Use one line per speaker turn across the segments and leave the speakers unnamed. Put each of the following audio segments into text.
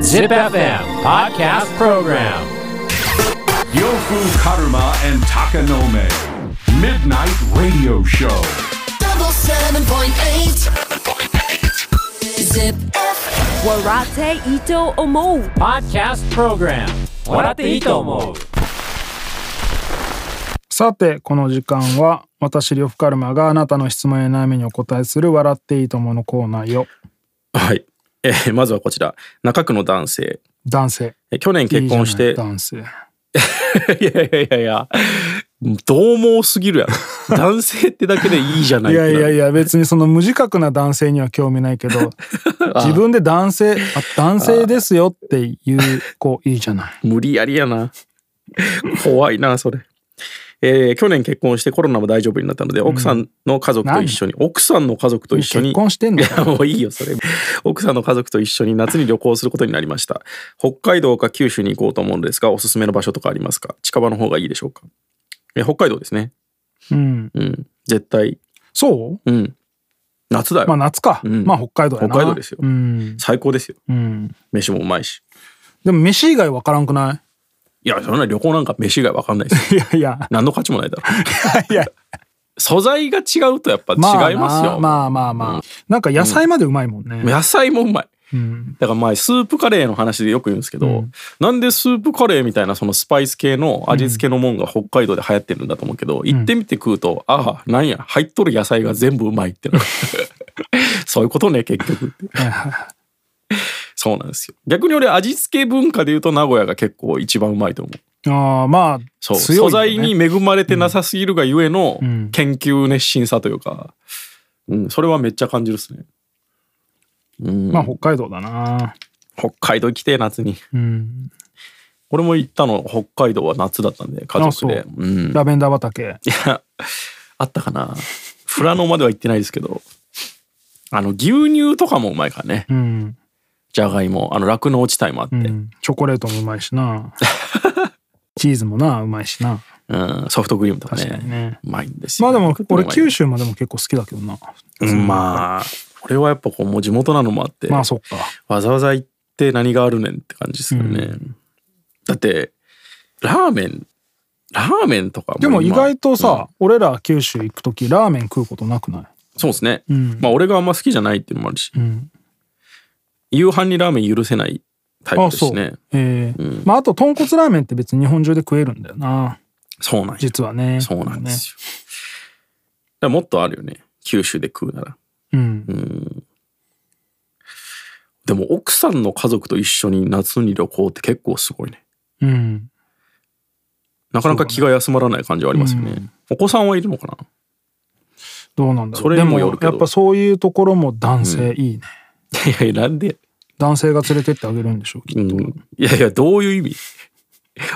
Zip FM Podcast Program
Yofu Karuma and Takanome. Midnight Radio Show.
double seven point eight. Zip.
Warate Ito Omo
Podcast Program 笑っていいと思う
さてこの時間は私呂布カルマがあなたの質問や悩みにお答えする「笑っていいとも」のコーナーよ
はい。えーまずはこちら。中区の男性。
男性
えー去年結婚し
い
て。
いじゃない男性
いやいやいやいや。どう猛すぎるやろ。男性ってだけでいいじゃない
い
ってな
や
る
いやいや別にその無自覚な男性には興味ないけ ど自分で男性あ男性ですよっていう子いいじゃない
無理やりやな。怖いな、それ。えー去年結婚してコロナも大丈夫になったので、奥さんの家族と一緒に、奥さんの家族と一緒に。
結婚してんの
いや、 もういいよ、それ。奥さんの家族と一緒に夏に旅行することになりました。北海道か九州に行こうと思うのですが、おすすめの場所とかありますか近場の方がいいでしょうかえー北海道ですね。
うん
うん。絶対。
そう
うん。夏だよ。
まあ夏か、
うん
まあ北海道やな
北海道ですよ
うん、
最高ですよ。
うん、
飯もうまいし。
でも飯以外わからんくない
いや、そんな旅行なんか飯以外わかんないですよ。
いや いや
何の価値もないだろ。
いや
素材が違うとやっぱ違
まあ
いますよ。
まあまあまあ、なんか野菜までうまいもんね、
野菜もうまい。
うん、
だから前スープカレーの話でよく言うんですけど、
うん
なんでスープカレーみたいなそのスパイス系の味付けのもんが北海道で流行ってるんだと思うけど、行ってみて食うとああなんや入っとる野菜が全部うまいって なるそういうことね結局って
はいはいはい
そうなんですよ逆に俺味付け文化で言うと名古屋が結構一番うまいと思う
ああまあ
そう、
強いよ
素
ね
材に恵まれてなさすぎるがゆえの
うん
研究熱心さというか、うん、それはめっちゃ感じるっすね、うん
まあ北海道だな
北海道行きてえ夏に
うん
俺も行ったの北海道は夏だったんで家
あ
族
そう
でうん
ラベンダー畑
あったかな富良野までは行ってないですけどあの牛乳とかもうまいからね
うん、
じゃがいもあの酪農地帯もあって、
う
うん
ん、チョコレートもうまいし なチーズもなうまいしな
ソフトクリームとかね
確かにね
うまいんです
ま
よ
あでも俺九
州
州までも結構好きだけどな、
まあ俺はやっぱこうもう地元なのもあって、
まあそっか
わざわざ行って何があるねんって感じですよね、
う
だってラーメンラーメンとかも
でも意
今
外と
うん
さ、俺ら九州行く時ラーメン食うことなくない
そうですね、
うん
まあ俺があんま好きじゃないっていうのもあるし
うん
夕飯にラーメン許せないタイプ
あ
で
そ
す
う
ね
ええ
うん
まああと豚骨ラーメンって別に日本中で食えるんだよな
そうなんや
実はね
そうなんですよ、だからもっとあるよね九州で食うなら
うん
うんでも奥さんの家族と一緒に夏に旅行って結構すごいね
うん
なかなか気が休まらない感じはありますよね、
う
お子さんはいるのかな
どうなんだろ
そうれ
で
にも
も
よるけど
やっぱそういうところも男性いいね、
いやいやなんで
男性が連れてってあげるんでしょうきっ
う
と、
ん、いやいやどういう意味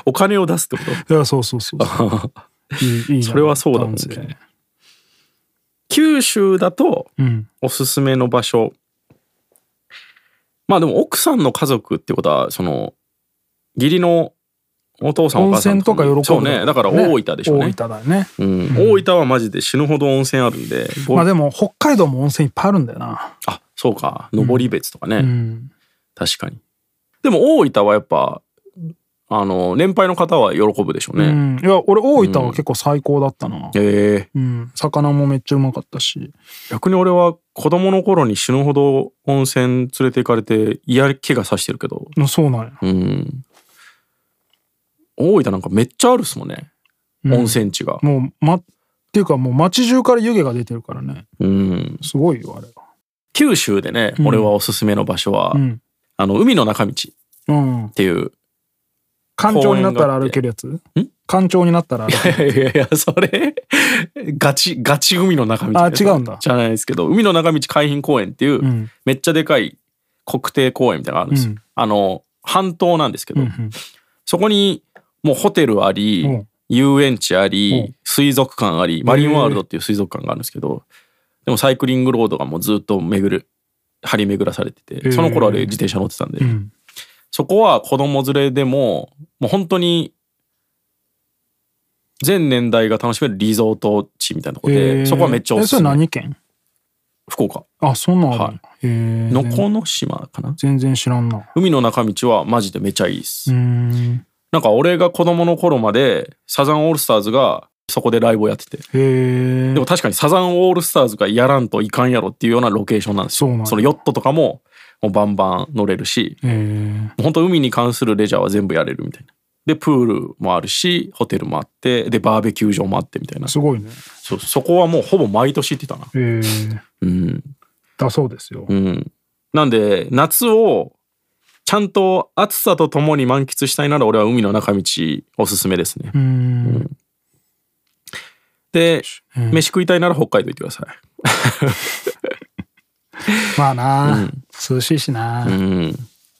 お金を出すってこ
いやそうそうそうそう
と
いいいいじゃん
それはそうだもんね
男性
九州だと
うん
おすすめの場所まあでも奥さんの家族ってことはその義理のお父さんお
温
母さん
泉とか喜ぶ
そうねだから大分でしょうね
大分だよね
うん大分はマジで死ぬほど温泉あるんで、ぼ
まあでも北海道も温泉いっぱいあるんだよな
あそうか登別とかね、
うん
確かにでも大分はやっぱあの年配の方は喜ぶでしょうね、
うん、いや俺大分は結構最高だったな、
えー
うん、魚もめっちゃうまかったし
逆に俺は子供の頃に死ぬほど温泉連れて行かれて嫌気がさしてるけど
うんそうなんや、
うん大分なんかめっちゃあるっすもんね、
うん
温泉地が
もうまっていうかもう街中から湯気が出てるからね
うん
すごいよあれは
九州でね、
うん
俺はおすすめの場所は、
うん
あの海の中道っ
うん
ていう
干潮になったら歩けるやつ干潮になったら歩ける
いや いやいや、それ、ガチ、ガチ海の中道。
あ違うんだ
じゃないですけど、海の中道海浜公園ってい
う
う、
ん
めっちゃでかい国定公園みたいなのがあるんですよ。
うん
あの、半島なんですけど、
うんうん
そこにもうホテルあり、
うん
遊園地あり、
うん
水族館あり、マリンワールドっていう水族館があるんですけど、でもサイクリングロードがもうずっと巡る、張り巡らされてて、その頃あれ自転車乗ってたん で、
うん
そこは子供連れでも、もう本当に、全年代が楽しめるリゾート地みたいなとこで、
えー
そこはめっちゃおすす
えそ
め。
れ何県
福岡。
ああ、そんなんあるんやへえ。
のこの島かな
全然知らんな。
海の中道はマジでめちゃいいっす、
うーん。
なんか俺が子供の頃までサザンオールスターズがそこでライブをやってて
へえ
で。も確かにサザンオールスターズがやらんといかんやろっていうようなロケーションなんです
そうなん
よ
や
そのヨットとかももうバンバン乗れるし
へえ。
本当海に関するレジャーは全部やれるみたいなでプールもあるしホテルもあってでバーベキュー場もあってみたいな
すごいね。
そうそこはもうほぼ毎年行ってたな
へえ。
うん
だそうですよ
う。んなんで夏をちゃんと暑さとともに満喫したいなら俺は海の中道おすすめですね
うーん。
で
うん
飯食いたいなら北海道行ってくださ
まあな。涼しいしな。
いうん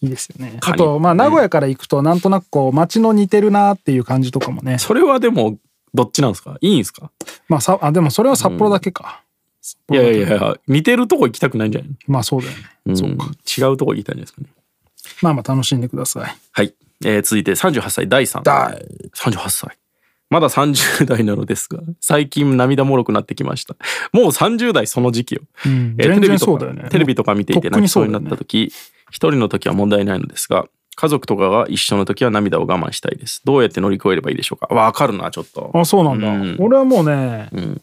いいですよね。あ
カニ
と、まあ、名古屋から行くと、なんとなくこう、街の似てるなっていう感じとかもね。
それはでもどっちなんですかいいんですか
まあ、さあ、でもそれは札幌だけか。札
い
幌
や
だけ
いやいや似てるとこ行きたくないんじゃない
まあ、そうだよね。
の
そうか。
違うとこ行きたいんじゃないですかね
まあまあ、楽しんでください。
はい、えー続いて38歳第3
第
38歳まだ30代なのですが最近涙もろくなってきましたもう30代その時期よ、
うん
えー
全然
テレビとか
そうだよね
テレビとか見ていて
とっく
泣
に
き
そ
そうう
だ
に
よね
なった時一人の時は問題ないのですが家族とかが一緒の時は涙を我慢したいですどうやって乗り越えればいいでしょうかわかるなちょっと
あ、そうなんだ。
うん
俺はもうね、
ん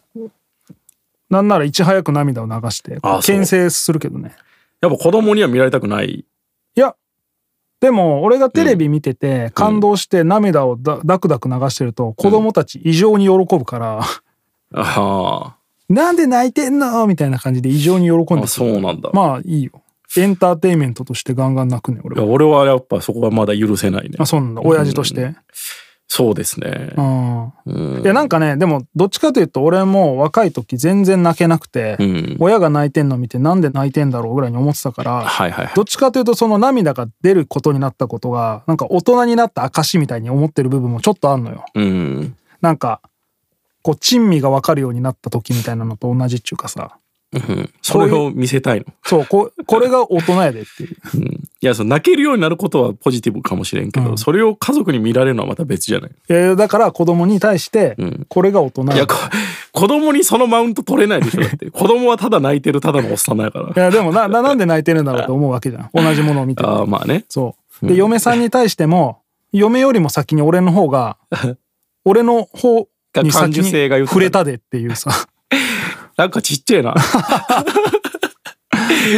なんならいち早く涙を流して、
あそう
牽制するけどね。
やっぱ子供には見られたくな
い
い
や、でも俺がテレビ見てて、感動して涙をだダクダク流してると、子供たち異常に喜ぶから、
あ
なんで泣いてんのみたいな感じで異常に喜ん
ー
で
あ
く
そうなんだ、
まあいいよ。エンターテインメントとしてガンガン泣くね、俺
いや
は。
俺はやっぱそこはまだ許せないね
あ、そうなんだ。親父として。
そうですね
うん。
うん
いや、なんかね、でも、どっちかというと、俺も若い時全然泣けなくて、
うん
親が泣いてんの見て、なんで泣いてんだろうぐらいに思ってたから、
はいはいはい
どっちかというと、その涙が出ることになったことが、なんか大人になった証みたいに思ってる部分もちょっとあんのよ。
うん
なんか、こう、珍味がわかるようになった時みたいなのと同じっちゅうかさ、
うんそれを見せたいの。
そう、ここれが大人やでっていう。
いや、その泣けるようになることはポジティブかもしれんけど、
うん
それを家族に見られるのはまた別じゃない。
えーだから子供に対して
ん、
これが大人
い
や
や、
で
こ子供にそのマウント取れないでしょ、だって。子供はただ泣いてるただのおっさんだから
い。や、でもな、な、なんで泣いてるんだろうと思うわけじゃん。同じものを見てて。
ああ、まあね。
そう。で、嫁さんに対しても、嫁よりも先に俺の方 が、俺の方に
感
先
受性が
に
豊か
触れたでっていうさ、
なんかちっちゃ いな。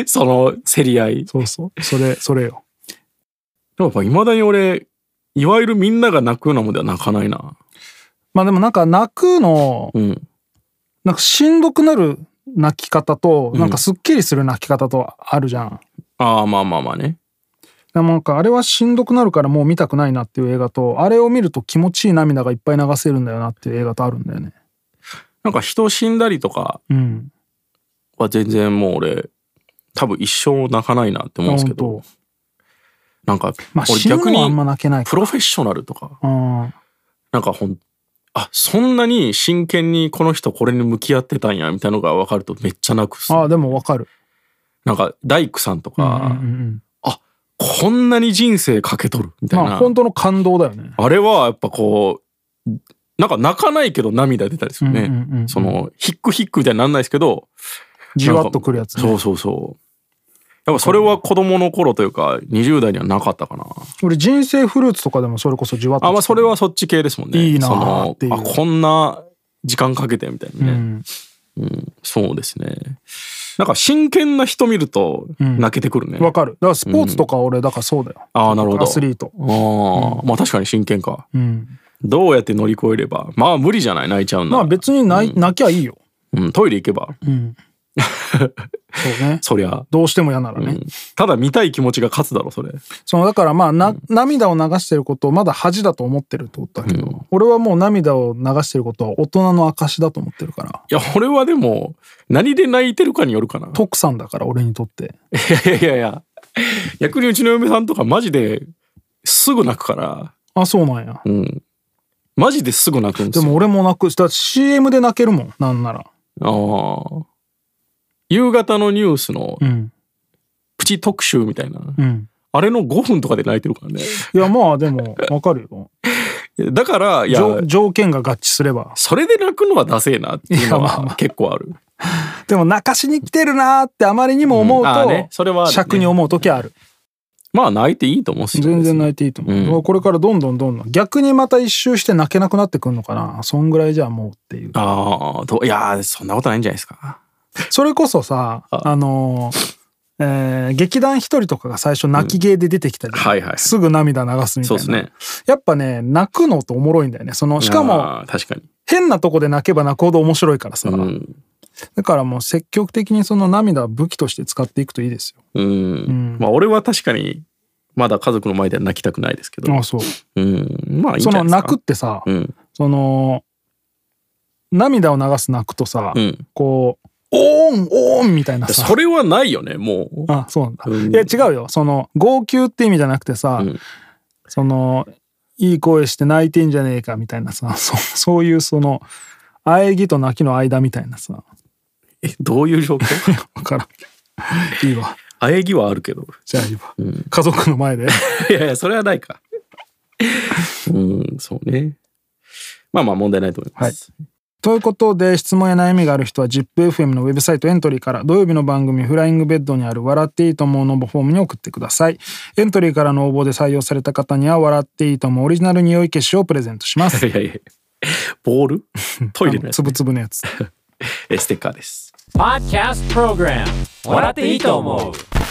その競り合い。で
そうそう。それ、それよ。
もやっぱ未だに俺、いわゆるみんなが泣くようなもんでは泣かないな。
まあでもなんか泣くの、
うん。
なんかしんどくなる泣き方と、なんかすっきりする泣き方とあるじゃん。
ああ、まあまあまあね。
でもなんかあれはしんどくなるからもう見たくないなっていう映画と、あれを見ると気持ちいい涙がいっぱい流せるんだよなっていう映画とあるんだよね。
なんか人死んだりとか
うん。
は全然もう俺、多分一生泣かないなって思うんですけど
本。
なんか、
当まあ
俺
死ぬ
逆
のはあんま
に
泣けないか
プロフェッショナルとか、
ら。うん。
なんかほん、あ、そんなに真剣にこの人これに向き合ってたんや、みたいなのが分かるとめっちゃ泣くっすね
ああ、でもわかる。
なんか、大工さんと
うん
か
う、んうん
あ、こんなに人生かけとる、みたい
まあ
な。
本当の感動だよね。
あれはやっぱこう、なんか泣かないけど涙出たりするね。
うんうんうん
その、ヒックヒックみたいになんないですけど、
じわっとくるやつね、
そうそうそう。やっぱそれは子供の頃というか、20代にはなかったかな。
俺人生フルーツとかでもそれこそじわっとく
あ、
る
まあそれはそっち系ですもんね。
いいな
そ
ー
の
っていう
あ、こんな時間かけてみたい
う
なね。
ん、
そうですね。なんか真剣な人見ると
ん
泣けてくるね。
わかる。だからスポーツとか俺だからそうだよ。
ああ、なるほど。
アスリート。
ああ、まあ確かに真剣か。
うん。
どうやって乗り越えれば。まあ無理じゃない泣いちゃうんだ。
まあ別に泣,、泣きゃいいよ。
うん、トイレ行けば。
うん。そうね。
そりゃ。
どうしても嫌ならね。
うんただ見たい気持ちが勝つだろ、それ。
そのだからまあな、涙を流してることをまだ恥だと思ってるってことだけど、俺はもう涙を流してることは大人の証だと思ってるから。
いや、俺はでも、何で泣いてるかによるかな。
徳さんだから俺にとって。
いやいやいや。逆にうちの嫁さんとかマジですぐ泣くから、
あ、そうなんや。
うん。マジですぐ泣くんで
です
よ。
も俺も泣くし、だって CM で泣けるもん。なんなら。
ああ。夕方のニュースの
うん。
プチ特集みたいな。
うん。
あれの5分とかで泣いてるからね。
いや、まあでも、わかるよ。
だから、いや、
条条件が合致すれば。
それで泣くのはダセえなっていうの
いやまあま
は結構ある。
でも泣かしに来てるなーってあまりにも思う
うんあー
と、
ねそれはあるね
尺に思う時ある。
まあ泣いていいと思うし
全然泣いていいと思う。
うん
これからどんどんどんどん。逆にまた一周して泣けなくなってくんのかな。そんぐらいじゃもうっていう。
ああどういやーそんなことないんじゃないですか
それこそさ、
あ
あのーえー劇団一人とかが最初泣き芸で出てきたじゃん
はいはい
すぐ涙流すみたい
そ
うな。
ですね
やっぱね、泣くのとおもろいんだよね。その、しかも、
あー確かに
変なとこで泣けば泣くほど面白いからさ。
うん
だからもう積極的にその涙を武器として使っていくといいですよ。
うん、まあ俺は確かにまだ家族の前では泣きたくないですけど
あそう。
うんまあいいんじ
そ
ゃな
の
いですか
泣くってさ、
うん
その、涙を流す泣くとさ、
うん
こう、おーん、おーんみたいなさ。
それはないよねもう
あ、そうなんだ。
うん
いや、違うよ。その、号泣って意味じゃなくてさ、
うん
その、いい声して泣いてんじゃねえかみたいなさ、 そそういうその、喘ぎと泣きの間みたいなさ、
えどういう状況
わからん。いいわ。
喘ぎはあるけど
じゃあいいわ。家族の前で。
いやいやそれはないかうんそうねまあまあ問題ないと思います、
ということで質問や悩みがある人は ZIPFM のウェブサイトエントリーから土曜日の番組「フライングベッド」にある「笑っていいと思う」の応募フォームに送ってくださいエントリーからの応募で採用された方には「笑っていいと思う」オリジナル匂い消しをプレゼントします
い、やいやボ ールトイレのやつ
つぶつぶのやつ
えステッカーです
Podcast Program 笑っていいと思う